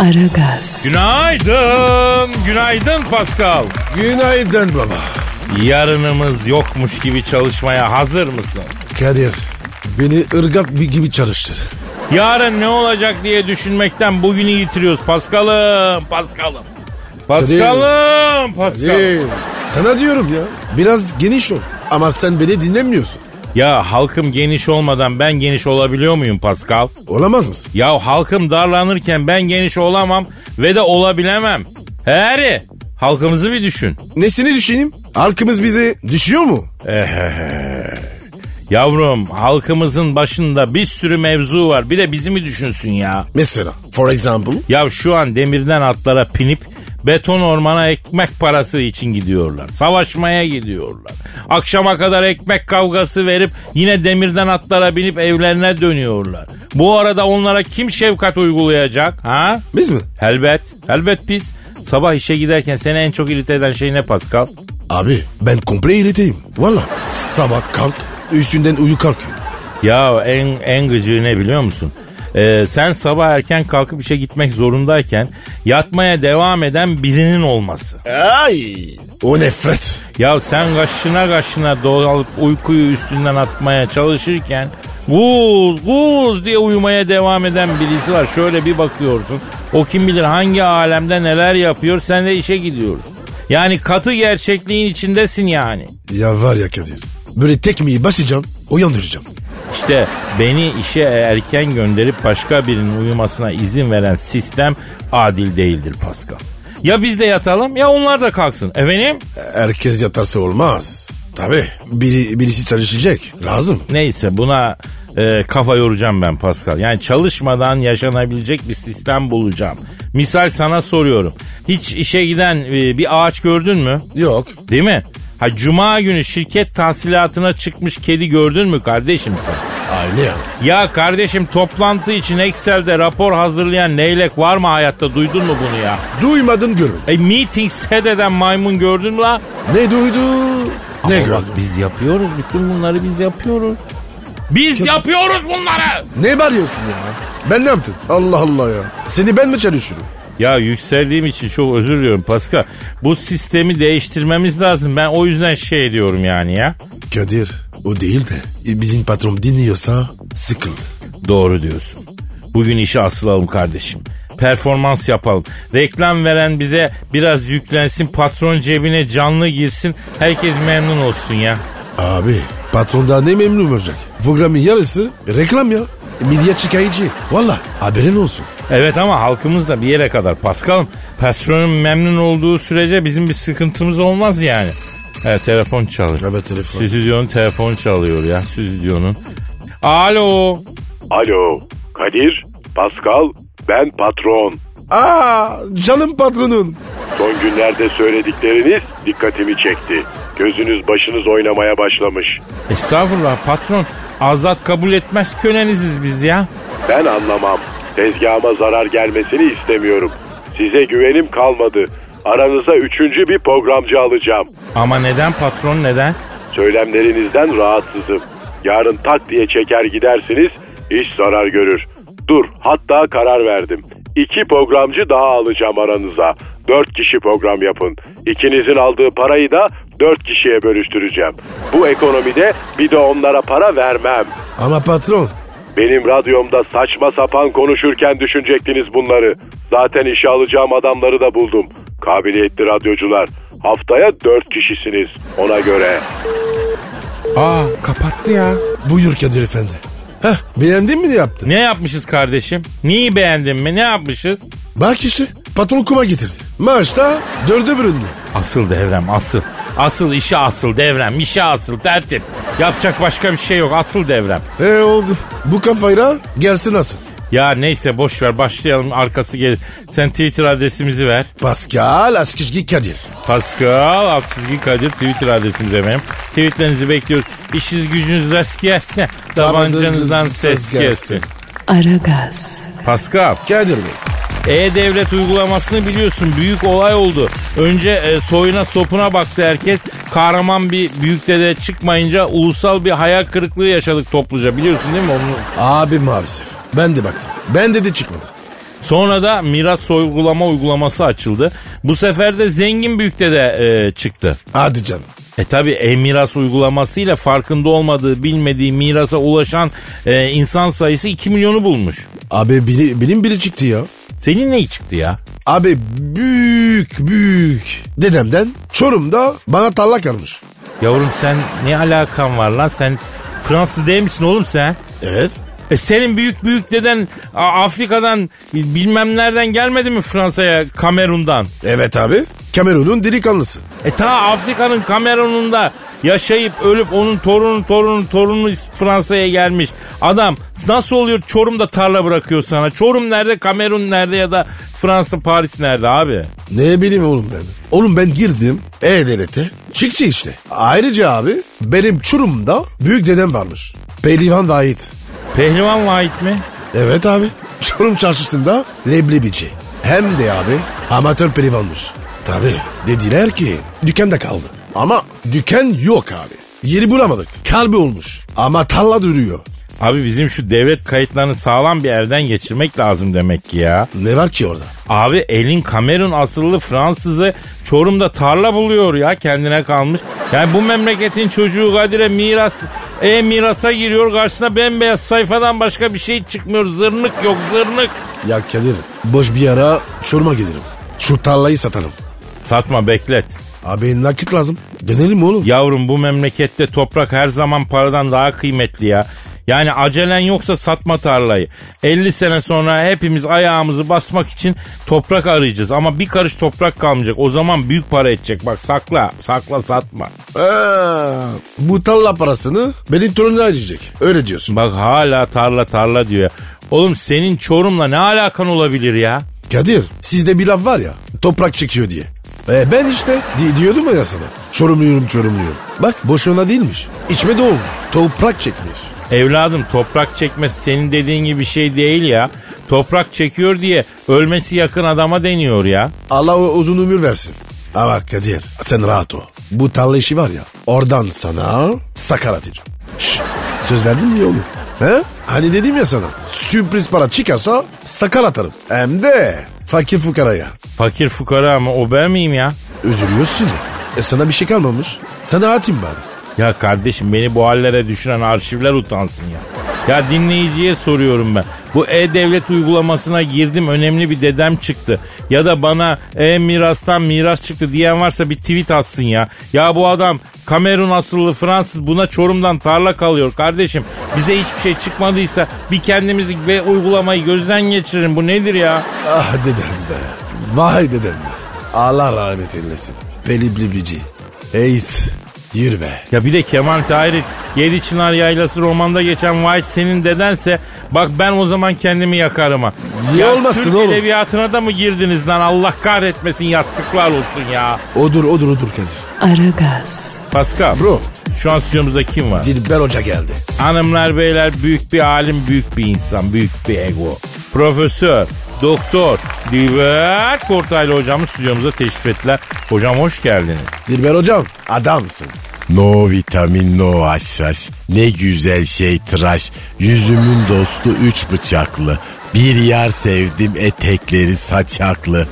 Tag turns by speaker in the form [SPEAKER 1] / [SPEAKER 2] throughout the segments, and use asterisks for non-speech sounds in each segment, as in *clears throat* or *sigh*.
[SPEAKER 1] Aragaz,
[SPEAKER 2] Günaydın, günaydın Pascal.
[SPEAKER 3] Günaydın baba.
[SPEAKER 2] Yarınımız yokmuş gibi çalışmaya hazır mısın?
[SPEAKER 3] Kadir beni ırgat bir gibi çalıştır.
[SPEAKER 2] Yarın ne olacak diye düşünmekten bugünü yitiriyoruz Pascal'ım, Pascal'ım. Pascal'ım, Pascal'ım.
[SPEAKER 3] Kadir, Sana diyorum ya biraz geniş ol. Ama sen beni dinlemiyorsun.
[SPEAKER 2] Ya halkım geniş olmadan ben geniş olabiliyor muyum Pascal?
[SPEAKER 3] Olamaz mısın?
[SPEAKER 2] Ya halkım darlanırken ben geniş olamam ve de olabilemem. Heri, halkımızı bir düşün.
[SPEAKER 3] Nesini düşüneyim? Halkımız bize düşüyor mu?
[SPEAKER 2] Yavrum halkımızın başında bir sürü mevzu var. Bir de bizi mi düşünsün ya?
[SPEAKER 3] Mesela for example.
[SPEAKER 2] Ya şu an demirden atlara pinip beton ormana ekmek parası için gidiyorlar. Savaşmaya gidiyorlar. Akşama kadar ekmek kavgası verip yine demirden atlara binip evlerine dönüyorlar. Bu arada onlara kim şefkat uygulayacak ha?
[SPEAKER 3] Biz mi?
[SPEAKER 2] Elbet, elbet biz. Sabah işe giderken seni en çok irite eden şey ne Pascal?
[SPEAKER 3] Abi ben komple ileteyim. Valla sabah kalk üstünden uyu kalk.
[SPEAKER 2] Ya en, en gıcığı ne biliyor musun? Ee, sen sabah erken kalkıp işe gitmek zorundayken yatmaya devam eden birinin olması.
[SPEAKER 3] Ay o nefret.
[SPEAKER 2] Ya sen kaşına kaşına dolalıp uykuyu üstünden atmaya çalışırken guz guz diye uyumaya devam eden birisi var. Şöyle bir bakıyorsun. O kim bilir hangi alemde neler yapıyor sen de işe gidiyorsun. Yani katı gerçekliğin içindesin yani.
[SPEAKER 3] Ya var ya Kadir böyle tekmeyi basacağım uyandıracağım.
[SPEAKER 2] İşte beni işe erken gönderip başka birinin uyumasına izin veren sistem adil değildir Pascal. Ya biz de yatalım ya onlar da kalksın. Efendim?
[SPEAKER 3] Herkes yatarsa olmaz. Tabi biri, birisi çalışacak lazım.
[SPEAKER 2] Neyse buna e, kafa yoracağım ben Pascal. Yani çalışmadan yaşanabilecek bir sistem bulacağım. Misal sana soruyorum. Hiç işe giden e, bir ağaç gördün mü?
[SPEAKER 3] Yok.
[SPEAKER 2] Değil mi? Ha cuma günü şirket tahsilatına çıkmış kedi gördün mü kardeşim sen?
[SPEAKER 3] Aynı yani.
[SPEAKER 2] Ya kardeşim toplantı için Excel'de rapor hazırlayan leylek var mı hayatta duydun mu bunu ya?
[SPEAKER 3] Duymadın görmedin.
[SPEAKER 2] E meetings head eden maymun gördün mü la?
[SPEAKER 3] Ne duydu
[SPEAKER 2] Ama
[SPEAKER 3] ne
[SPEAKER 2] bak
[SPEAKER 3] gördün.
[SPEAKER 2] biz yapıyoruz bütün bunları biz yapıyoruz. Biz yapıyoruz bunları.
[SPEAKER 3] Ne bağırıyorsun ya? Ben ne yaptım? Allah Allah ya. Seni ben mi çalışıyorum?
[SPEAKER 2] Ya yükseldiğim için çok özür diliyorum Pascal. Bu sistemi değiştirmemiz lazım. Ben o yüzden şey diyorum yani ya.
[SPEAKER 3] Kadir o değil de e, bizim patron dinliyorsa sıkıldı.
[SPEAKER 2] Doğru diyorsun. Bugün işe asılalım kardeşim. Performans yapalım. Reklam veren bize biraz yüklensin. Patron cebine canlı girsin. Herkes memnun olsun ya.
[SPEAKER 3] Abi patron daha ne memnun olacak? Programın yarısı reklam ya. E, Milyet şikayetçi. Valla haberin olsun.
[SPEAKER 2] Evet ama halkımız da bir yere kadar Paskal'ım. Patronun memnun olduğu sürece bizim bir sıkıntımız olmaz yani. Evet telefon çalıyor.
[SPEAKER 3] Evet telefon.
[SPEAKER 2] Stüdyonun telefon çalıyor ya stüdyonun. Alo.
[SPEAKER 4] Alo, Kadir, Pascal, ben patron.
[SPEAKER 3] Aa canım patronun.
[SPEAKER 4] Son günlerde söyledikleriniz dikkatimi çekti. Gözünüz başınız oynamaya başlamış.
[SPEAKER 2] Estağfurullah patron. Azat kabul etmez köleniziz biz ya.
[SPEAKER 4] Ben anlamam. Tezgahıma zarar gelmesini istemiyorum. Size güvenim kalmadı. Aranıza üçüncü bir programcı alacağım.
[SPEAKER 2] Ama neden patron neden?
[SPEAKER 4] Söylemlerinizden rahatsızım. Yarın tak diye çeker gidersiniz, iş zarar görür. Dur, hatta karar verdim. İki programcı daha alacağım aranıza. Dört kişi program yapın. İkinizin aldığı parayı da dört kişiye bölüştüreceğim. Bu ekonomide bir de onlara para vermem.
[SPEAKER 3] Ama patron
[SPEAKER 4] Benim radyomda saçma sapan konuşurken düşünecektiniz bunları. Zaten işe alacağım adamları da buldum. Kabiliyetli radyocular. Haftaya dört kişisiniz ona göre.
[SPEAKER 2] Aa kapattı ya.
[SPEAKER 3] buyur Kadir efendi. Heh beğendin mi ne yaptın?
[SPEAKER 2] Ne yapmışız kardeşim? Neyi beğendin mi? Ne yapmışız?
[SPEAKER 3] Bak işte patron kuma getirdi. Maaş da dörde büründü.
[SPEAKER 2] Asıl devrem asıl. Asıl işi asıl devrem. işi asıl tertip. Yapacak başka bir şey yok. Asıl devrem.
[SPEAKER 3] E oldu. Bu kafayla gelsin nasıl?
[SPEAKER 2] Ya neyse boş ver başlayalım arkası gelir. Sen Twitter adresimizi ver.
[SPEAKER 3] Pascal Askizgi Kadir.
[SPEAKER 2] Pascal Aksizgi Kadir Twitter adresimiz efendim. Tweetlerinizi bekliyoruz. İşiniz gücünüz rast gelsin. Tabancanızdan ses gelsin.
[SPEAKER 1] Aragaz,
[SPEAKER 2] Pascal,
[SPEAKER 3] Kadir Bey.
[SPEAKER 2] E-Devlet uygulamasını biliyorsun büyük olay oldu. Önce e, soyuna sopuna baktı herkes. Kahraman bir büyük dede çıkmayınca ulusal bir hayal kırıklığı yaşadık topluca biliyorsun değil mi? Onu
[SPEAKER 3] Abi maalesef. Ben de baktım. Ben de de çıkmadım.
[SPEAKER 2] Sonra da miras soygulama uygulaması açıldı. Bu sefer de zengin büyükte de e, çıktı.
[SPEAKER 3] Hadi canım.
[SPEAKER 2] E tabi e-miras uygulamasıyla farkında olmadığı bilmediği mirasa ulaşan e, insan sayısı 2 milyonu bulmuş.
[SPEAKER 3] Abi bili, bilim biri çıktı ya.
[SPEAKER 2] Senin ne çıktı ya?
[SPEAKER 3] Abi büyük büyük dedemden Çorum'da bana tarla kalmış.
[SPEAKER 2] Yavrum sen ne alakan var lan sen Fransız değil misin oğlum sen?
[SPEAKER 3] Evet.
[SPEAKER 2] E senin büyük büyük deden A- Afrika'dan bilmem nereden gelmedi mi Fransa'ya Kamerun'dan?
[SPEAKER 3] Evet abi. Kamerun'un delikanlısı.
[SPEAKER 2] E ta Afrika'nın Kamerun'unda yaşayıp ölüp onun torunu torunu torunu Fransa'ya gelmiş. Adam nasıl oluyor Çorum'da tarla bırakıyor sana? Çorum nerede, Kamerun nerede ya da Fransa, Paris nerede abi?
[SPEAKER 3] Ne bileyim oğlum ben. Oğlum ben girdim E-Devlet'e. Çıkçı işte. Ayrıca abi benim Çorum'da büyük dedem varmış. Pehlivan Vahit.
[SPEAKER 2] Pehlivan ait mi?
[SPEAKER 3] Evet abi. *laughs* Çorum çarşısında leblebici. Hem de abi amatör pehlivanmış. Tabi dediler ki dükkanda kaldı. Ama dükkan yok abi. Yeri bulamadık. Kalbi olmuş. Ama tarla duruyor.
[SPEAKER 2] Abi bizim şu devlet kayıtlarını sağlam bir yerden geçirmek lazım demek ki ya.
[SPEAKER 3] Ne var ki orada?
[SPEAKER 2] Abi elin Kamerun asıllı Fransızı Çorum'da tarla buluyor ya kendine kalmış. Yani bu memleketin çocuğu Kadir'e miras, e mirasa giriyor karşısına bembeyaz sayfadan başka bir şey çıkmıyor. Zırnık yok zırnık.
[SPEAKER 3] Ya Kadir boş bir ara Çorum'a giderim. Şu tarlayı satarım.
[SPEAKER 2] Satma beklet.
[SPEAKER 3] Abi nakit lazım. Dönelim oğlum.
[SPEAKER 2] Yavrum bu memlekette toprak her zaman paradan daha kıymetli ya. Yani acelen yoksa satma tarlayı. 50 sene sonra hepimiz ayağımızı basmak için toprak arayacağız. Ama bir karış toprak kalmayacak. O zaman büyük para edecek. Bak sakla, sakla satma.
[SPEAKER 3] Ee, bu tarla parasını benim torununa verecek. Öyle diyorsun.
[SPEAKER 2] Bak hala tarla tarla diyor ya. Oğlum senin Çorum'la ne alakan olabilir ya?
[SPEAKER 3] Kadir sizde bir laf var ya toprak çekiyor diye. E ben işte di- diyordum ya sana. Çorumluyorum çorumluyorum. Bak boşuna değilmiş. İçme de olmuş. Toprak çekmiş.
[SPEAKER 2] Evladım toprak çekmesi senin dediğin gibi bir şey değil ya. Toprak çekiyor diye ölmesi yakın adama deniyor ya.
[SPEAKER 3] Allah o- uzun ömür versin. Ama Kadir sen rahat ol. Bu tarla işi var ya oradan sana sakar atacağım. Şş, söz verdin mi oğlum? He? Hani dedim ya sana sürpriz para çıkarsa sakar atarım. Hem de fakir fukaraya.
[SPEAKER 2] Fakir fukara ama o ben miyim ya?
[SPEAKER 3] Üzülüyorsun ya. E sana bir şey kalmamış. Sana atayım bari.
[SPEAKER 2] Ya kardeşim beni bu hallere düşüren arşivler utansın ya. Ya dinleyiciye soruyorum ben. Bu e-devlet uygulamasına girdim önemli bir dedem çıktı. Ya da bana e-mirastan miras çıktı diyen varsa bir tweet atsın ya. Ya bu adam Kamerun asıllı Fransız buna Çorum'dan tarla kalıyor kardeşim. Bize hiçbir şey çıkmadıysa bir kendimizi ve uygulamayı gözden geçirin. Bu nedir ya?
[SPEAKER 3] Ah dedem be. Vay dedem be. Allah rahmet eylesin. Peliblibici. Eğit. Yürü be.
[SPEAKER 2] Ya bir de Kemal Tahir'in Yedi Çınar Yaylası romanda geçen vay senin dedense bak ben o zaman kendimi yakarım ha.
[SPEAKER 3] Niye
[SPEAKER 2] ya
[SPEAKER 3] olmasın
[SPEAKER 2] Türk
[SPEAKER 3] oğlum?
[SPEAKER 2] edebiyatına da mı girdiniz lan Allah kahretmesin yastıklar olsun ya.
[SPEAKER 3] Odur odur odur Kadir.
[SPEAKER 1] Aragaz,
[SPEAKER 2] Pascal.
[SPEAKER 3] Bro.
[SPEAKER 2] Şu an stüdyomuzda kim var?
[SPEAKER 3] Dilber Hoca geldi.
[SPEAKER 2] Hanımlar beyler büyük bir alim büyük bir insan büyük bir ego. Profesör, doktor, Dilber Kortaylı hocamız stüdyomuza teşrif ettiler. Hocam hoş geldiniz.
[SPEAKER 3] Dilber Hocam adamsın.
[SPEAKER 5] No vitamin no hassas. Ne güzel şey tıraş. Yüzümün dostu üç bıçaklı. Bir yer sevdim etekleri saçaklı.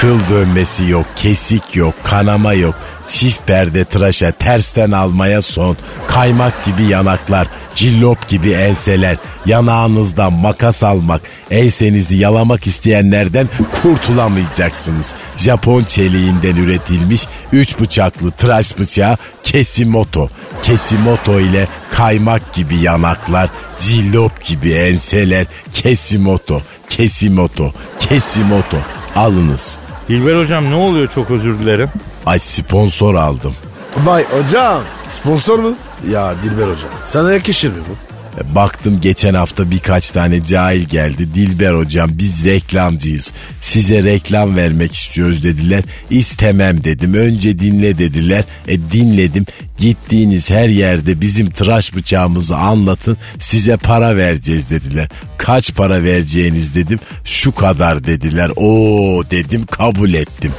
[SPEAKER 5] Kıl dönmesi yok, kesik yok, kanama yok. Çift perde tıraşa tersten almaya son. Kaymak gibi yanaklar, cillop gibi enseler. Yanağınızdan makas almak, ensenizi yalamak isteyenlerden kurtulamayacaksınız. Japon çeliğinden üretilmiş 3 bıçaklı tıraş bıçağı Kesimoto. Kesimoto ile kaymak gibi yanaklar, cillop gibi enseler, Kesimoto, Kesimoto, Kesimoto. Alınız.
[SPEAKER 2] Dilber hocam ne oluyor çok özür dilerim.
[SPEAKER 5] Ay sponsor aldım.
[SPEAKER 3] Vay hocam. Sponsor mu? Ya Dilber hocam. Sana yakışır mı bu?
[SPEAKER 5] E, Baktım geçen hafta birkaç tane cahil geldi. Dilber hocam biz reklamcıyız. Size reklam vermek istiyoruz dediler. İstemem dedim. Önce dinle dediler. E dinledim. Gittiğiniz her yerde bizim tıraş bıçağımızı anlatın. Size para vereceğiz dediler. Kaç para vereceğiniz dedim. Şu kadar dediler. Oo dedim kabul ettim.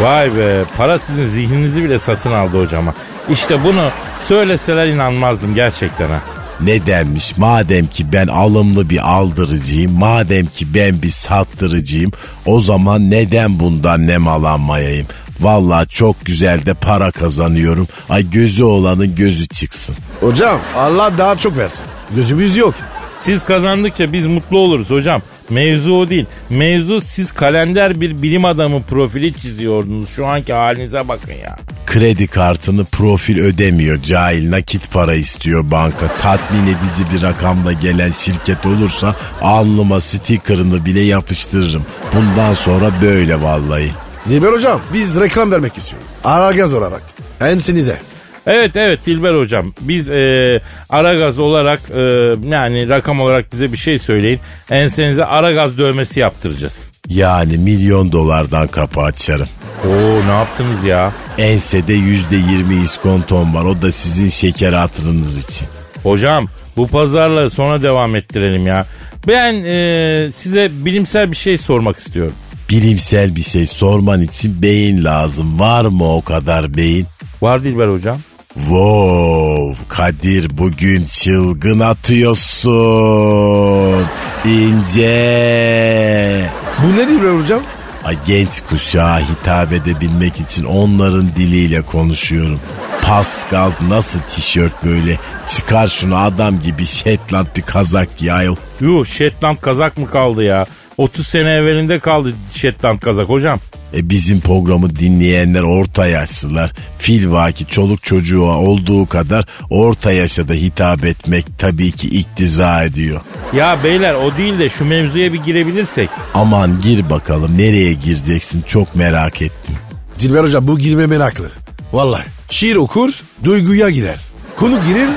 [SPEAKER 2] Vay be para sizin zihninizi bile satın aldı hocama. İşte bunu söyleseler inanmazdım gerçekten ha.
[SPEAKER 5] Ne denmiş madem ki ben alımlı bir aldırıcıyım madem ki ben bir sattırıcıyım o zaman neden bundan nemalanmayayım? Valla çok güzel de para kazanıyorum. Ay gözü olanın gözü çıksın.
[SPEAKER 3] Hocam Allah daha çok versin. Gözümüz yok.
[SPEAKER 2] Siz kazandıkça biz mutlu oluruz hocam. Mevzu o değil. Mevzu siz kalender bir bilim adamı profili çiziyordunuz. Şu anki halinize bakın ya.
[SPEAKER 5] Kredi kartını profil ödemiyor cahil nakit para istiyor banka. Tatmin edici bir rakamla gelen şirket olursa alnıma stickerını bile yapıştırırım. Bundan sonra böyle vallahi.
[SPEAKER 3] Dilber hocam biz reklam vermek istiyoruz. Aragaz olarak. Ensinize.
[SPEAKER 2] Evet evet Dilber hocam biz e, Aragaz olarak e, yani rakam olarak bize bir şey söyleyin. Ensenize Aragaz dövmesi yaptıracağız.
[SPEAKER 5] Yani milyon dolardan kapı açarım.
[SPEAKER 2] Oo ne yaptınız ya?
[SPEAKER 5] Ensede yüzde yirmi iskonton var. O da sizin şeker hatırınız için.
[SPEAKER 2] Hocam bu pazarları sonra devam ettirelim ya. Ben e, size bilimsel bir şey sormak istiyorum.
[SPEAKER 5] Bilimsel bir şey sorman için beyin lazım. Var mı o kadar beyin?
[SPEAKER 2] Var Dilber hocam.
[SPEAKER 5] Wow Kadir bugün çılgın atıyorsun. İnce.
[SPEAKER 3] Bu ne Dilber hocam?
[SPEAKER 5] Ay, genç kuşağa hitap edebilmek için onların diliyle konuşuyorum. Pascal nasıl tişört böyle? Çıkar şunu adam gibi Shetland bir kazak giy ayol.
[SPEAKER 2] Yuh Shetland kazak mı kaldı ya? 30 sene evvelinde kaldı Shetland kazak hocam.
[SPEAKER 5] E bizim programı dinleyenler orta yaşlılar. Fil vaki çoluk çocuğa olduğu kadar orta yaşa da hitap etmek tabii ki iktiza ediyor.
[SPEAKER 2] Ya beyler o değil de şu mevzuya bir girebilirsek.
[SPEAKER 5] Aman gir bakalım nereye gireceksin çok merak ettim.
[SPEAKER 3] Dilber hocam bu girme meraklı. Vallahi şiir okur, duyguya girer. Konu girir,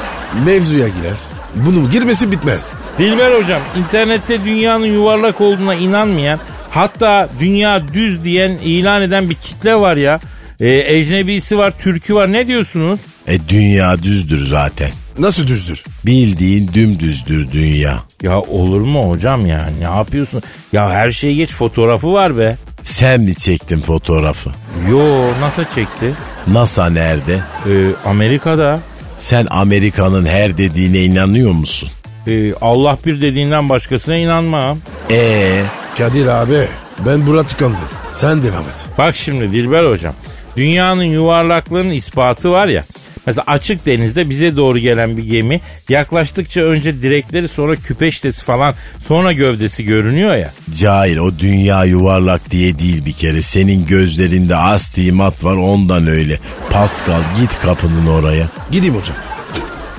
[SPEAKER 3] mevzuya girer. Bunun girmesi bitmez.
[SPEAKER 2] Dilber hocam internette dünyanın yuvarlak olduğuna inanmayan hatta dünya düz diyen ilan eden bir kitle var ya. E, ecnebisi var, türkü var ne diyorsunuz?
[SPEAKER 5] E dünya düzdür zaten.
[SPEAKER 3] Nasıl düzdür?
[SPEAKER 5] Bildiğin dümdüzdür dünya.
[SPEAKER 2] Ya olur mu hocam ya ne yapıyorsun? Ya her şeye geç fotoğrafı var be.
[SPEAKER 5] Sen mi çektin fotoğrafı?
[SPEAKER 2] Yo NASA çekti.
[SPEAKER 5] NASA nerede?
[SPEAKER 2] E, Amerika'da
[SPEAKER 5] Sen Amerika'nın her dediğine inanıyor musun?
[SPEAKER 2] e, Allah bir dediğinden başkasına inanmam.
[SPEAKER 5] E
[SPEAKER 3] Kadir abi ben buna tıkandım. Sen devam et.
[SPEAKER 2] Bak şimdi Dilber hocam. Dünyanın yuvarlaklığının ispatı var ya. Mesela açık denizde bize doğru gelen bir gemi yaklaştıkça önce direkleri sonra küpeştesi falan sonra gövdesi görünüyor ya.
[SPEAKER 5] Cahil o dünya yuvarlak diye değil bir kere. Senin gözlerinde astimat var ondan öyle. Pascal git kapının oraya.
[SPEAKER 3] Gideyim hocam.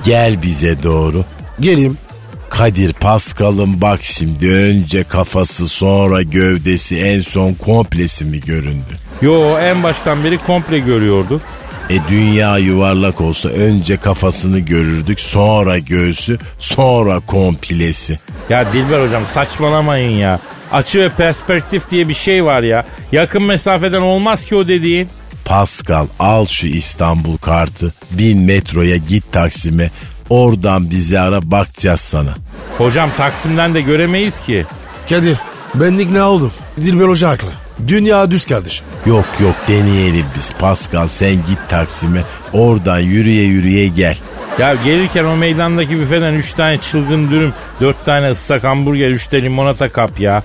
[SPEAKER 5] Gel bize doğru.
[SPEAKER 3] Geleyim.
[SPEAKER 5] Kadir Pascal'ın bak şimdi önce kafası sonra gövdesi en son komplesi mi göründü?
[SPEAKER 2] Yo en baştan beri komple görüyordu.
[SPEAKER 5] E dünya yuvarlak olsa önce kafasını görürdük sonra göğsü sonra komplesi.
[SPEAKER 2] Ya Dilber hocam saçmalamayın ya. Açı ve perspektif diye bir şey var ya. Yakın mesafeden olmaz ki o dediğin.
[SPEAKER 5] Pascal al şu İstanbul kartı bin metroya git Taksim'e oradan bizi ara bakacağız sana.
[SPEAKER 2] Hocam Taksim'den de göremeyiz ki.
[SPEAKER 3] Kadir benlik ne oldum? Dilber hoca haklı. Dünya düz kardeşim.
[SPEAKER 5] Yok yok deneyelim biz Pascal sen git Taksim'e oradan yürüye yürüye gel.
[SPEAKER 2] Ya gelirken o meydandaki büfeden 3 tane çılgın dürüm, 4 tane ıslak hamburger, 3 de limonata kap ya.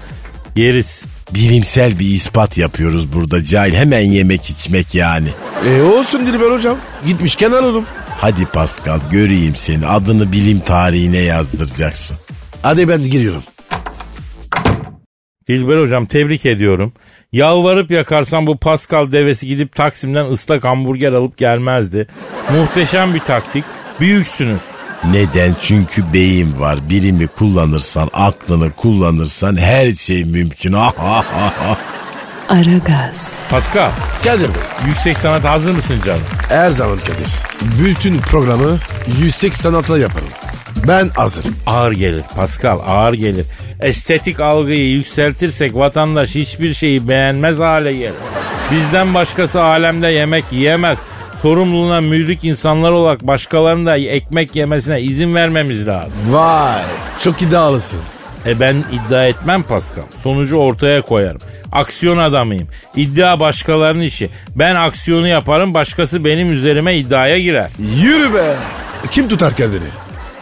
[SPEAKER 2] Yeriz.
[SPEAKER 5] Bilimsel bir ispat yapıyoruz burada cahil hemen yemek içmek yani.
[SPEAKER 3] E olsun Dilber hocam. Gitmişken alalım.
[SPEAKER 5] Hadi Pascal göreyim seni adını bilim tarihine yazdıracaksın.
[SPEAKER 3] Hadi ben giriyorum.
[SPEAKER 2] Dilber hocam tebrik ediyorum. Yalvarıp yakarsan bu Pascal devesi gidip Taksim'den ıslak hamburger alıp gelmezdi. Muhteşem bir taktik. Büyüksünüz.
[SPEAKER 5] Neden? Çünkü beyin var. Bilimi *laughs* kullanırsan, aklını kullanırsan her şey mümkün.
[SPEAKER 1] Aragaz,
[SPEAKER 2] Pascal,
[SPEAKER 3] Kadir Bey
[SPEAKER 2] yüksek sanat hazır mısın canım?
[SPEAKER 3] her zaman Kadir. Bütün programı yüksek sanatla yaparım. Ben hazırım.
[SPEAKER 2] Ağır gelir Pascal ağır gelir. Estetik algıyı yükseltirsek vatandaş hiçbir şeyi beğenmez hale gelir. Bizden başkası alemde yemek yiyemez. Sorumluluğuna müdrik insanlar olarak başkalarının da ekmek yemesine izin vermemiz lazım.
[SPEAKER 3] Vay çok iddialısın.
[SPEAKER 2] E ben iddia etmem Pascal. Sonucu ortaya koyarım. Aksiyon adamıyım. İddia başkalarının işi. Ben aksiyonu yaparım başkası benim üzerime iddiaya girer.
[SPEAKER 3] Yürü be. Kim tutar kendini?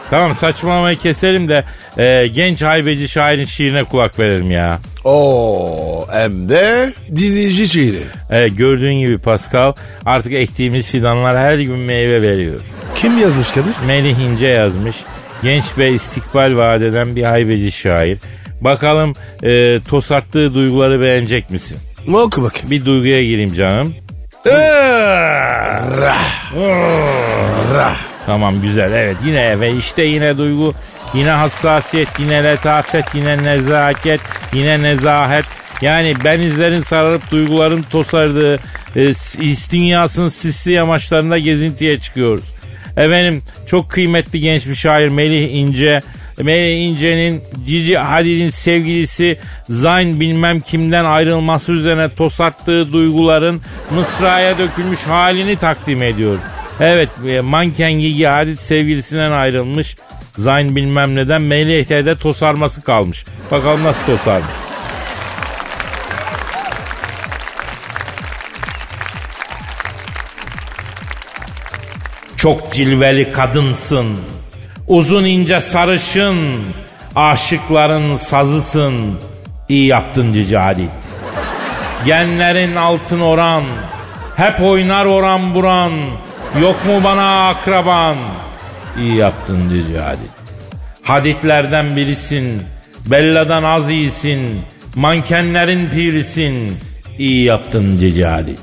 [SPEAKER 2] Tamam saçmalamayı keselim de e, genç haybeci şairin şiirine kulak verelim ya.
[SPEAKER 3] Oo hem de dinleyici şiiri.
[SPEAKER 2] E, gördüğün gibi Pascal artık ektiğimiz fidanlar her gün meyve veriyor.
[SPEAKER 3] Kim yazmış Kadir?
[SPEAKER 2] Melih İnce yazmış. Genç ve istikbal vaat eden bir haybeci şair. Bakalım e, tosarttığı duyguları beğenecek misin?
[SPEAKER 3] Oku bakayım.
[SPEAKER 2] Bir duyguya gireyim canım.
[SPEAKER 3] Ee! Rah.
[SPEAKER 2] Tamam güzel evet yine ve işte yine duygu yine hassasiyet yine letafet yine nezaket yine nezahet yani benizlerin sararıp duyguların tosardığı e, s- is dünyasının sisli yamaçlarında gezintiye çıkıyoruz. Efendim çok kıymetli genç bir şair Melih İnce. Melih İnce'nin Cici Hadid'in sevgilisi Zayn bilmem kimden ayrılması üzerine tosattığı duyguların Mısra'ya dökülmüş halini takdim ediyor. Evet e, manken Gigi Hadid sevgilisinden ayrılmış. Zayn bilmem neden Melih'te tosarması kalmış. Bakalım nasıl tosarmış. Çok cilveli kadınsın. Uzun ince sarışın. Aşıkların sazısın. İyi yaptın Cici Hadid. Genlerin altın oran. Hep oynar oran buran. Yok mu bana akraban? İyi yaptın Cici Hadid. Haditlerden birisin. Bella'dan az iyisin. Mankenlerin pirisin. İyi yaptın Cici Hadid.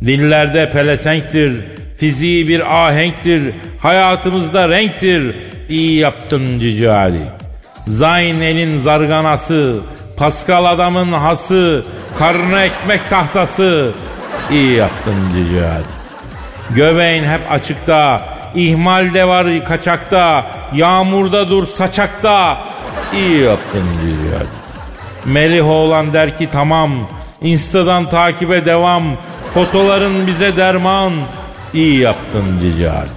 [SPEAKER 2] Dillerde pelesenktir. Fiziği bir ahenktir. Hayatımızda renktir. İyi yaptın Cici Hadid. Zayn elin zarganası, Pascal adamın hası, karnı ekmek tahtası. İyi yaptın Cici Hadi. Göbeğin hep açıkta, ihmal de var kaçakta, yağmurda dur saçakta. İyi yaptın Cici Hadi. Melih oğlan der ki tamam, Insta'dan takibe devam, fotoların bize derman. İyi yaptın Cici Hadi.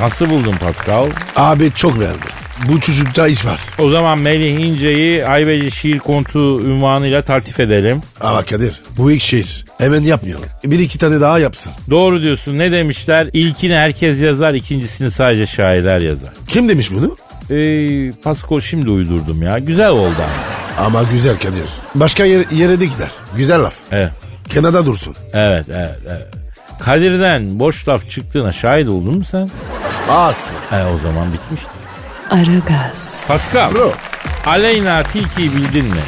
[SPEAKER 2] Nasıl buldun Pascal?
[SPEAKER 3] Abi çok beğendim. Bu çocukta iş var.
[SPEAKER 2] O zaman Melih İnce'yi Ayveci Şiir Kontu ünvanıyla tartif edelim.
[SPEAKER 3] Ama Kadir bu ilk şiir. Hemen yapmayalım. Bir iki tane daha yapsın.
[SPEAKER 2] Doğru diyorsun ne demişler? İlkini herkes yazar, ikincisini sadece şairler yazar.
[SPEAKER 3] Kim demiş bunu?
[SPEAKER 2] Ee, Pasko şimdi uydurdum ya. Güzel oldu ama.
[SPEAKER 3] Ama güzel Kadir. Başka yer, yere de gider. Güzel laf.
[SPEAKER 2] Evet,
[SPEAKER 3] Kenada dursun.
[SPEAKER 2] evet, evet. evet. Kadir'den boş laf çıktığına şahit oldun mu sen?
[SPEAKER 3] As.
[SPEAKER 2] E o zaman bitmişti.
[SPEAKER 1] Aragaz,
[SPEAKER 2] Pascal,
[SPEAKER 3] Bro.
[SPEAKER 2] Aleyna Tilki'yi bildin mi?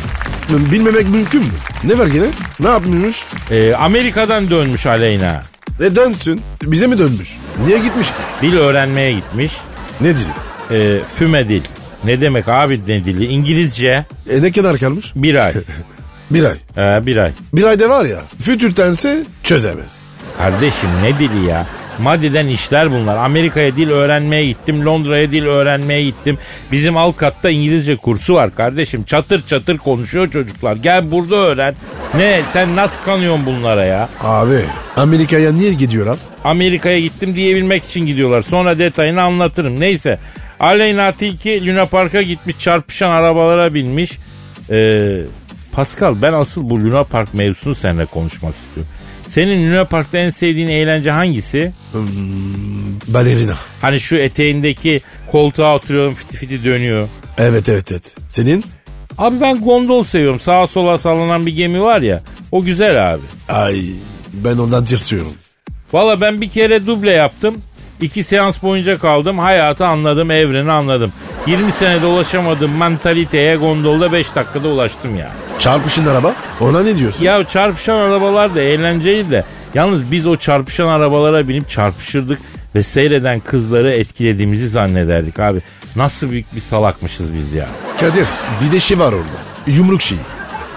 [SPEAKER 3] Bilmemek mümkün mü? Ne var gene? Ne yapmış?
[SPEAKER 2] Ee, Amerika'dan dönmüş Aleyna.
[SPEAKER 3] Nedensin? Bize mi dönmüş? Niye gitmiş ki?
[SPEAKER 2] Dil öğrenmeye gitmiş.
[SPEAKER 3] Ne dedi?
[SPEAKER 2] Ee, füme dil. Ne demek abi ne dili? İngilizce
[SPEAKER 3] E ne kadar kalmış?
[SPEAKER 2] bir ay.
[SPEAKER 3] Bir ay.
[SPEAKER 2] Ee, bir ay.
[SPEAKER 3] Bir ayda var ya. Fütürtense çözemez.
[SPEAKER 2] Kardeşim ne dili ya? Madiden işler bunlar. Amerika'ya dil öğrenmeye gittim. Londra'ya dil öğrenmeye gittim. Bizim alt katta İngilizce kursu var kardeşim. Çatır çatır konuşuyor çocuklar. Gel burada öğren. Ne sen nasıl kanıyorsun bunlara ya?
[SPEAKER 3] Abi Amerika'ya niye gidiyorlar?
[SPEAKER 2] Amerika'ya gittim diyebilmek için gidiyorlar. Sonra detayını anlatırım. Neyse. Aleyna Tilki Luna Park'a gitmiş çarpışan arabalara binmiş. Ee, Pascal ben asıl bu Luna Park mevzusunu seninle konuşmak istiyorum. Senin Luna Park'ta en sevdiğin eğlence hangisi?
[SPEAKER 3] Balerina.
[SPEAKER 2] Hani şu eteğindeki koltuğa oturuyorum fiti fiti dönüyor.
[SPEAKER 3] Evet evet evet. Senin?
[SPEAKER 2] Abi ben gondol seviyorum. Sağa sola sallanan bir gemi var ya. O güzel abi.
[SPEAKER 3] Ay ben ondan tırsıyorum.
[SPEAKER 2] Valla ben bir kere duble yaptım. İki seans boyunca kaldım. Hayatı anladım, evreni anladım. 20 senede ulaşamadığım mantaliteye gondolda 5 dakikada ulaştım ya.
[SPEAKER 3] Çarpışın araba. Ona ne diyorsun?
[SPEAKER 2] Ya çarpışan arabalar da eğlenceli de. Yalnız biz o çarpışan arabalara binip çarpışırdık ve seyreden kızları etkilediğimizi zannederdik abi. Nasıl büyük bir salakmışız biz ya.
[SPEAKER 3] Kadir bir de şey var orada. Yumruk şeyi.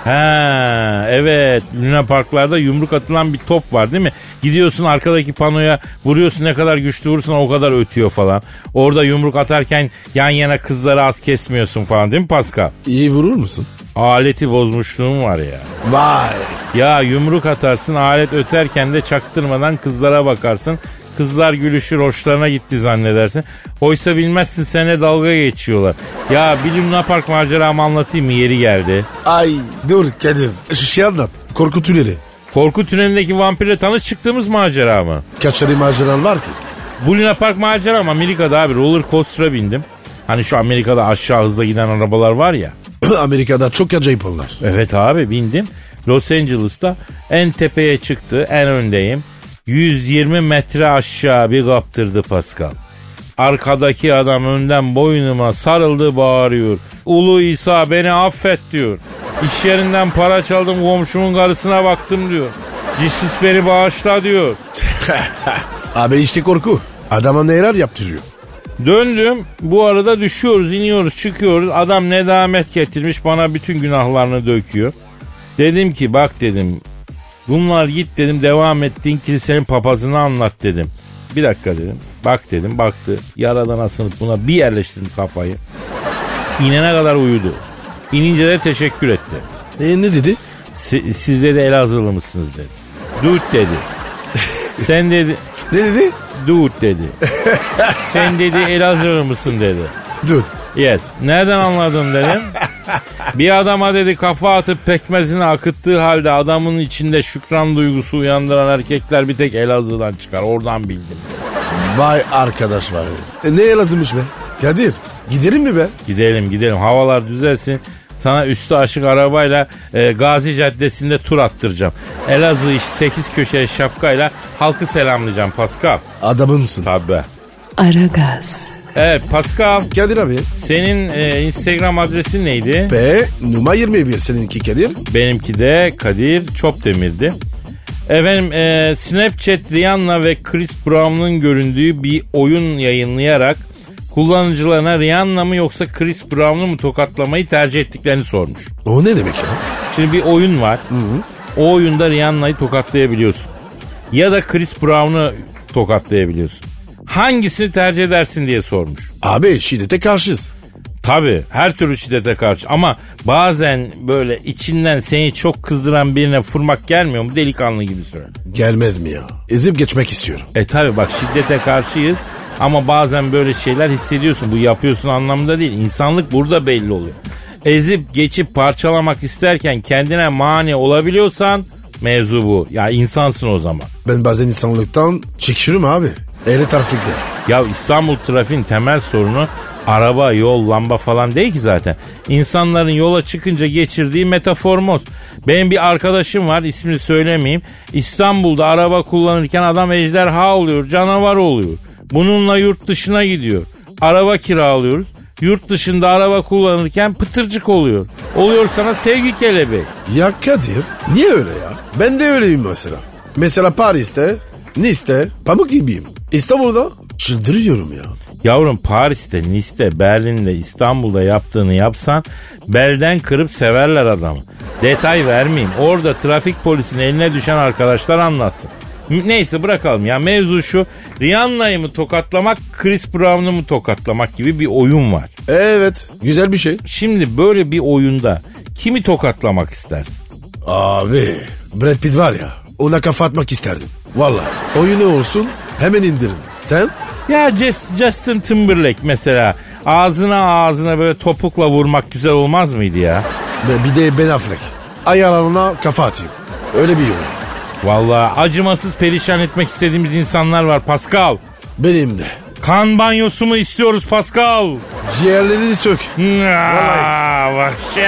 [SPEAKER 2] Ha evet Luna Parklarda yumruk atılan bir top var değil mi? Gidiyorsun arkadaki panoya vuruyorsun ne kadar güçlü vurursan o kadar ötüyor falan. Orada yumruk atarken yan yana kızları az kesmiyorsun falan değil mi Pascal?
[SPEAKER 3] İyi vurur musun?
[SPEAKER 2] Aleti bozmuşluğum var ya.
[SPEAKER 3] Vay.
[SPEAKER 2] Ya yumruk atarsın alet öterken de çaktırmadan kızlara bakarsın. Kızlar gülüşür hoşlarına gitti zannedersin. Oysa bilmezsin sene dalga geçiyorlar. Ya bir Luna Park maceramı anlatayım mı yeri geldi.
[SPEAKER 3] Ay dur Kadir. Şu şey anlat. Korku tüneli.
[SPEAKER 2] Korku tünelindeki vampirle tanış çıktığımız macera mı?
[SPEAKER 3] Kaçarı maceran var ki. *clears throat*
[SPEAKER 2] Bu Luna Park maceram Amerika'da abi roller coaster'a bindim. Hani şu Amerika'da aşağı hızla giden arabalar var ya.
[SPEAKER 3] Amerika'da çok acayip onlar.
[SPEAKER 2] Evet abi bindim. Los Angeles'ta en tepeye çıktı en öndeyim. 120 metre aşağı bir kaptırdı Pascal. Arkadaki adam önden boynuma sarıldı bağırıyor. Ulu İsa beni affet diyor. İş yerinden para çaldım komşumun karısına baktım diyor. Cisiz beni bağışla diyor.
[SPEAKER 3] Abi işte korku. Adama neler yaptırıyor.
[SPEAKER 2] Döndüm. Bu arada düşüyoruz, iniyoruz, çıkıyoruz. Adam nedamet getirmiş bana bütün günahlarını döküyor. Dedim ki bak dedim. Bunlar git dedim devam ettiğin kilisenin papazını anlat dedim. Bir dakika dedim. Bak dedim baktı. Yaradan asınıp buna bir yerleştirdim kafayı. İnene kadar uyudu. İnince de teşekkür etti.
[SPEAKER 3] E ne dedi?
[SPEAKER 2] Si- siz dedi Elazığlı mısınız dedi. Dut
[SPEAKER 3] *laughs*
[SPEAKER 2] dedi. Sen dedi
[SPEAKER 3] Ne dedi?
[SPEAKER 2] Dude dedi. Sen dedi Elazığlı mısın dedi.
[SPEAKER 3] Dur.
[SPEAKER 2] Yes. Nereden anladın dedim. Bir adama dedi kafa atıp pekmezini akıttığı halde adamın içinde şükran duygusu uyandıran erkekler bir tek Elazığ'dan çıkar. Oradan bildim.
[SPEAKER 3] Vay arkadaş var. E ne lazımmış be? Kadir gidelim mi be?
[SPEAKER 2] Gidelim gidelim havalar düzelsin. Sana üstü aşık arabayla e, Gazi Caddesi'nde tur attıracağım. Elazığ iş 8 köşeye şapkayla halkı selamlayacağım Pascal.
[SPEAKER 3] Adamımsın.
[SPEAKER 2] Tabii.
[SPEAKER 1] Aragaz.
[SPEAKER 2] Evet Pascal
[SPEAKER 3] Kadir abi.
[SPEAKER 2] senin e, Instagram adresin neydi?
[SPEAKER 3] P numara 21 seninki Kadir.
[SPEAKER 2] Benimki de Kadir Çopdemir'di. Efendim e, Snapchat Rihanna ve Chris Brown'un göründüğü bir oyun yayınlayarak kullanıcılarına Rihanna mı yoksa Chris Brown'u mu tokatlamayı tercih ettiklerini sormuş.
[SPEAKER 3] O ne demek ya?
[SPEAKER 2] Şimdi bir oyun var. O oyunda Rihanna'yı tokatlayabiliyorsun. Ya da Chris Brown'u tokatlayabiliyorsun. Hangisini tercih edersin diye sormuş.
[SPEAKER 3] Abi şiddete karşıyız.
[SPEAKER 2] Tabii her türlü şiddete karşı ama bazen böyle içinden seni çok kızdıran birine vurmak gelmiyor mu delikanlı gibi söyle.
[SPEAKER 3] Gelmez mi ya? Ezip geçmek istiyorum.
[SPEAKER 2] E tabii bak şiddete karşıyız ama bazen böyle şeyler hissediyorsun bu yapıyorsun anlamında değil insanlık burada belli oluyor. Ezip geçip parçalamak isterken kendine mani olabiliyorsan mevzu bu. Ya insansın o zaman.
[SPEAKER 3] Ben bazen insanlıktan çekiyorum abi. Eri trafikte.
[SPEAKER 2] Ya İstanbul trafiğin temel sorunu araba, yol, lamba falan değil ki zaten. İnsanların yola çıkınca geçirdiği metaformoz. Benim bir arkadaşım var ismini söylemeyeyim. İstanbul'da araba kullanırken adam ejderha oluyor, canavar oluyor. Bununla yurt dışına gidiyor. Araba kiralıyoruz. Yurt dışında araba kullanırken pıtırcık oluyor. Oluyor sana sevgi kelebeği.
[SPEAKER 3] Ya Kadir niye öyle ya? Ben de öyleyim mesela. Mesela Paris'te, Nice'te pamuk gibiyim. İstanbul'da çıldırıyorum ya.
[SPEAKER 2] Yavrum Paris'te, Nice'te, Berlin'de, İstanbul'da yaptığını yapsan belden kırıp severler adamı. Detay vermeyeyim. Orada trafik polisinin eline düşen arkadaşlar anlatsın. M- Neyse bırakalım ya mevzu şu Rihanna'yı mı tokatlamak Chris Brown'u mu tokatlamak gibi bir oyun var.
[SPEAKER 3] Evet güzel bir şey.
[SPEAKER 2] Şimdi böyle bir oyunda kimi tokatlamak istersin?
[SPEAKER 3] Abi Brad Pitt var ya ona kafa atmak isterdim. Valla oyunu olsun hemen indirin. Sen?
[SPEAKER 2] Ya Jes- Justin Timberlake mesela ağzına ağzına böyle topukla vurmak güzel olmaz mıydı ya?
[SPEAKER 3] Ve Bir de Ben Affleck. Ayarlarına kafa atayım. Öyle bir yol.
[SPEAKER 2] Vallahi acımasız perişan etmek istediğimiz insanlar var Pascal.
[SPEAKER 3] Benim de.
[SPEAKER 2] Kan banyosu mu istiyoruz Pascal?
[SPEAKER 3] Ciğerlerini sök.
[SPEAKER 2] Aa, Bak şey.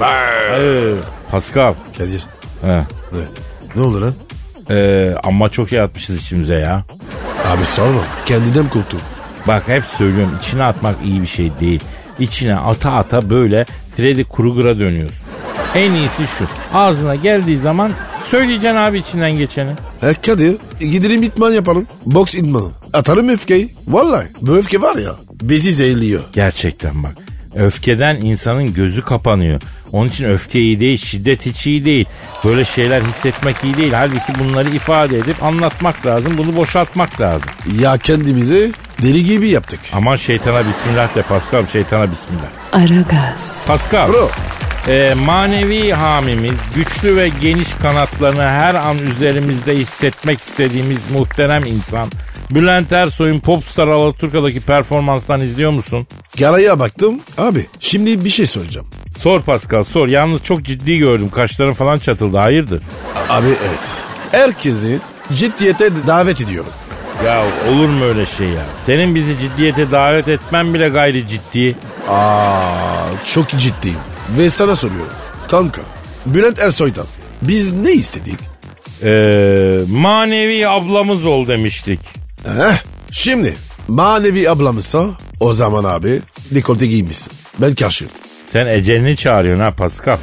[SPEAKER 2] Vay. Ee, Pascal.
[SPEAKER 3] Kadir.
[SPEAKER 2] He.
[SPEAKER 3] Ne, ne oldu lan?
[SPEAKER 2] Ee, ama çok iyi atmışız içimize ya.
[SPEAKER 3] Abi sorma. Kendiden korktum.
[SPEAKER 2] Bak hep söylüyorum içine atmak iyi bir şey değil. İçine ata ata böyle Freddy Krueger'a dönüyorsun. En iyisi şu. Ağzına geldiği zaman söyleyeceksin abi içinden geçeni.
[SPEAKER 3] E Kadir e, gidelim itman yapalım. Boks idmanı. Atarım öfkeyi. Vallahi bu öfke var ya bizi zehirliyor.
[SPEAKER 2] Gerçekten bak. Öfkeden insanın gözü kapanıyor. Onun için öfke iyi değil, şiddet hiç iyi değil. Böyle şeyler hissetmek iyi değil. Halbuki bunları ifade edip anlatmak lazım. Bunu boşaltmak lazım.
[SPEAKER 3] Ya kendimizi deli gibi yaptık.
[SPEAKER 2] Aman şeytana bismillah de Pascal, şeytana bismillah.
[SPEAKER 1] Aragaz,
[SPEAKER 2] Pascal.
[SPEAKER 3] Bro.
[SPEAKER 2] e, manevi hamimiz güçlü ve geniş kanatlarını her an üzerimizde hissetmek istediğimiz muhterem insan. Bülent Ersoy'un Popstar Alaturka'daki performanstan izliyor musun?
[SPEAKER 3] Garaya baktım. Abi şimdi bir şey söyleyeceğim.
[SPEAKER 2] Sor Pascal sor. Yalnız çok ciddi gördüm. Kaşların falan çatıldı. Hayırdır?
[SPEAKER 3] A- Abi evet. Herkesi ciddiyete davet ediyorum.
[SPEAKER 2] Ya olur mu öyle şey ya? Senin bizi ciddiyete davet etmen bile gayri ciddi.
[SPEAKER 3] Aa çok ciddiyim. Ve sana soruyorum. Kanka Bülent Ersoy'dan biz ne istedik?
[SPEAKER 2] Ee, manevi ablamız ol demiştik.
[SPEAKER 3] Heh, şimdi manevi ablamızsa o zaman abi dekolte giymişsin. Ben karşıyım.
[SPEAKER 2] Sen ecelini çağırıyorsun ha Pascal.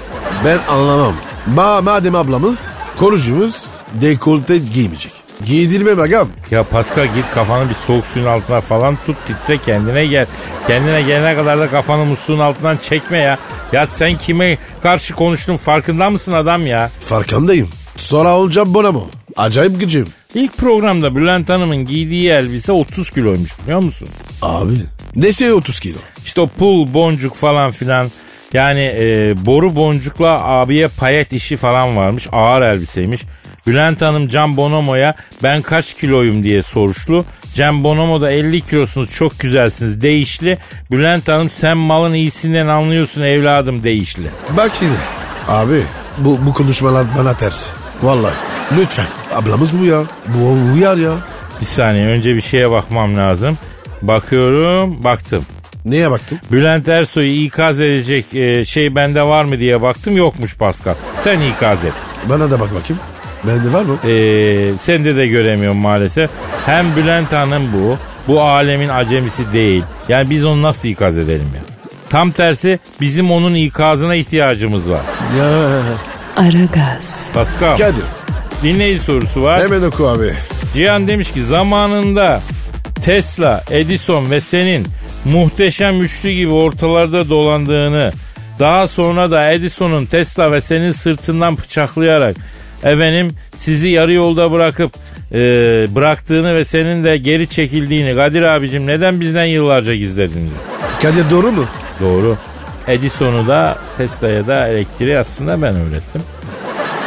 [SPEAKER 3] Ben anlamam. Ma madem ablamız korucumuz dekolte giymeyecek. Giydirme bagam.
[SPEAKER 2] Ya Pascal git kafanı bir soğuk suyun altına falan tut titre kendine gel. Kendine gelene kadar da kafanı musluğun altından çekme ya. Ya sen kime karşı konuştun farkında mısın adam ya?
[SPEAKER 3] Farkındayım. Sonra olacağım bana mı? Acayip gücüm.
[SPEAKER 2] İlk programda Bülent Hanım'ın giydiği elbise 30 kiloymuş biliyor musun?
[SPEAKER 3] Abi. Nesi 30 kilo?
[SPEAKER 2] İşte o pul boncuk falan filan. Yani e, boru boncukla abiye payet işi falan varmış. Ağır elbiseymiş. Bülent Hanım Can Bonomo'ya ben kaç kiloyum diye soruşlu. Can Bonomo da 50 kilosunuz çok güzelsiniz değişli. Bülent Hanım sen malın iyisinden anlıyorsun evladım değişli.
[SPEAKER 3] Bak yine. Abi bu, bu konuşmalar bana ters. Vallahi. Lütfen. Ablamız bu ya. Bu uyar ya.
[SPEAKER 2] Bir saniye önce bir şeye bakmam lazım. Bakıyorum baktım.
[SPEAKER 3] Neye baktın?
[SPEAKER 2] Bülent Ersoy'u ikaz edecek e, şey bende var mı diye baktım yokmuş Pascal. Sen ikaz et.
[SPEAKER 3] Bana da bak bakayım. Bende var mı?
[SPEAKER 2] Ee, sende de göremiyorum maalesef. Hem Bülent Hanım bu. Bu alemin acemisi değil. Yani biz onu nasıl ikaz edelim ya? Tam tersi bizim onun ikazına ihtiyacımız var.
[SPEAKER 3] Ya.
[SPEAKER 1] Aragaz,
[SPEAKER 2] Pascal
[SPEAKER 3] Kadir.
[SPEAKER 2] dinleyici sorusu var.
[SPEAKER 3] Hemen oku abi.
[SPEAKER 2] Cihan demiş ki zamanında Tesla, Edison ve senin muhteşem üçlü gibi ortalarda dolandığını daha sonra da Edison'un Tesla ve senin sırtından bıçaklayarak efendim sizi yarı yolda bırakıp e, bıraktığını ve senin de geri çekildiğini Kadir abicim neden bizden yıllarca gizledin diyor.
[SPEAKER 3] Kadir doğru mu?
[SPEAKER 2] Doğru. Edison'u da Tesla'ya da elektriği aslında ben öğrettim.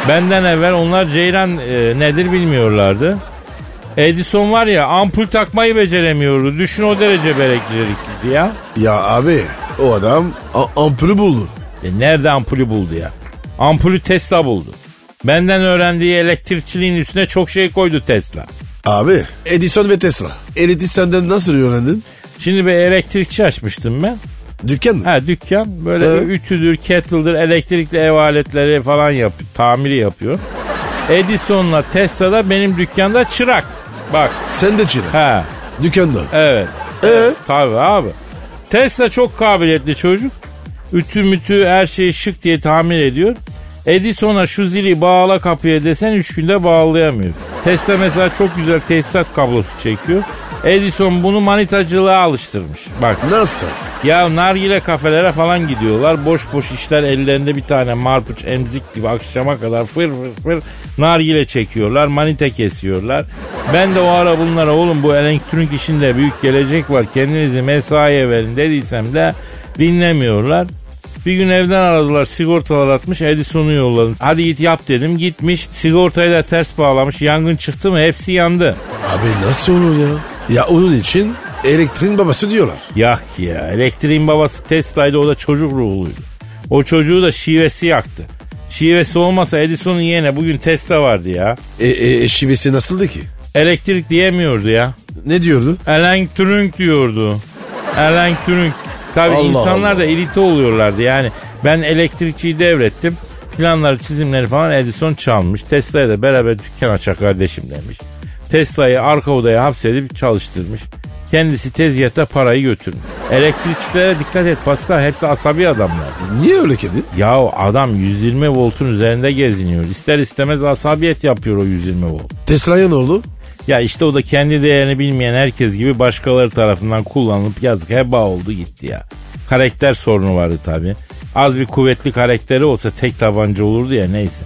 [SPEAKER 2] Benden evvel onlar ceyran e, nedir bilmiyorlardı. Edison var ya ampul takmayı beceremiyordu. Düşün o derece becericiydi ya.
[SPEAKER 3] Ya abi o adam a- ampulü buldu.
[SPEAKER 2] E, nerede ampulü buldu ya? Ampulü Tesla buldu. Benden öğrendiği elektrikçiliğin üstüne çok şey koydu Tesla.
[SPEAKER 3] Abi Edison ve Tesla. Eliti senden nasıl öğrendin?
[SPEAKER 2] Şimdi bir elektrikçi açmıştım ben.
[SPEAKER 3] Dükkan mı?
[SPEAKER 2] Ha dükkan böyle
[SPEAKER 3] Evet.
[SPEAKER 2] bir ütüdür, kettle'dır, elektrikli ev aletleri falan yap, tamiri yapıyor. Edison'la Tesla da benim dükkanda çırak. Bak
[SPEAKER 3] Sen de çıra.
[SPEAKER 2] ha
[SPEAKER 3] Dükkanda.
[SPEAKER 2] evet. Evet, Tabii abi. Tesla çok kabiliyetli çocuk. Ütü mütü her şeyi şık diye tamir ediyor. Edison'a şu zili bağla kapıya desen 3 günde bağlayamıyor. Tesla mesela çok güzel tesisat kablosu çekiyor. Edison bunu manitacılığa alıştırmış. Bak
[SPEAKER 3] Nasıl?
[SPEAKER 2] ya nargile kafelere falan gidiyorlar. Boş boş işler ellerinde bir tane marpuç emzik gibi akşama kadar fır fır fır nargile çekiyorlar. Manite kesiyorlar. Ben de o ara bunlara oğlum bu elektronik işinde büyük gelecek var. Kendinizi mesaiye verin dediysem de dinlemiyorlar. Bir gün evden aradılar sigortalar atmış Edison'u yolladım. Hadi git yap dedim gitmiş sigortayı da ters bağlamış yangın çıktı mı hepsi yandı.
[SPEAKER 3] Abi nasıl olur ya? Ya onun için elektriğin babası diyorlar.
[SPEAKER 2] Yak ya. Elektriğin babası Tesla'ydı o da çocuk ruhluydu. O çocuğu da şivesi yaktı. Şivesi olmasa Edison'un yeğene bugün Tesla vardı ya.
[SPEAKER 3] E, e, e, şivesi nasıldı ki?
[SPEAKER 2] Elektrik diyemiyordu ya.
[SPEAKER 3] Ne diyordu?
[SPEAKER 2] Elektrik diyordu. Elektrik. Tabii
[SPEAKER 3] Allah
[SPEAKER 2] insanlar
[SPEAKER 3] Allah.
[SPEAKER 2] da irite oluyorlardı yani. Ben elektrikçiyi devrettim. Planları çizimleri falan Edison çalmış. Tesla'ya da beraber dükkan açak kardeşim demiş. Tesla'yı arka odaya hapsedip çalıştırmış. Kendisi tezgahta parayı götürmüş. Elektrikçilere dikkat et Pascal hepsi asabi adamlar.
[SPEAKER 3] Niye öyle kedi?
[SPEAKER 2] Ya adam 120 voltun üzerinde geziniyor. İster istemez asabiyet yapıyor o 120 volt.
[SPEAKER 3] Tesla'ya ne oldu?
[SPEAKER 2] Ya işte o da kendi değerini bilmeyen herkes gibi başkaları tarafından kullanılıp yazık heba oldu gitti ya. Karakter sorunu vardı tabii. Az bir kuvvetli karakteri olsa tek tabanca olurdu ya neyse.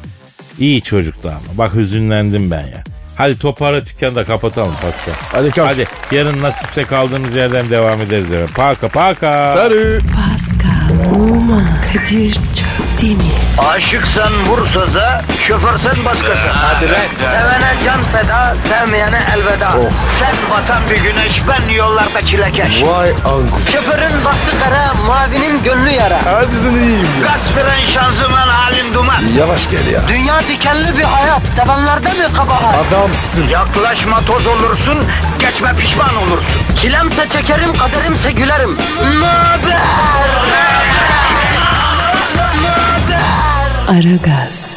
[SPEAKER 2] İyi çocuktu ama. Bak hüzünlendim ben ya. Hadi toparla dükkanı da kapatalım Pascal.
[SPEAKER 3] Hadi kalk.
[SPEAKER 2] Hadi yarın nasipse kaldığımız yerden devam ederiz. efendim. Paka paka.
[SPEAKER 3] Sarı.
[SPEAKER 1] Pascal, Oman, Kadir çok değil mi?
[SPEAKER 6] Aşıksan vursa da şoförsen başkasın. Hadi
[SPEAKER 2] lan.
[SPEAKER 6] Sevene can feda, sevmeyene elveda. Sen batan bir güneş, ben yollarda çilekeş.
[SPEAKER 3] Vay anku.
[SPEAKER 6] Şoförün baktı kara, mavinin gönlü yara.
[SPEAKER 3] Hadi sen iyiyim ya.
[SPEAKER 6] Kasperen şanzıman halin duman.
[SPEAKER 3] Yavaş gel ya.
[SPEAKER 6] Dünya dikenli bir hayat, sevenlerde mi kabahar?
[SPEAKER 3] Adamsın.
[SPEAKER 6] Yaklaşma toz olursun, geçme pişman olursun. Çilemse çekerim, kaderimse gülerim. Möber!
[SPEAKER 1] Aragaz.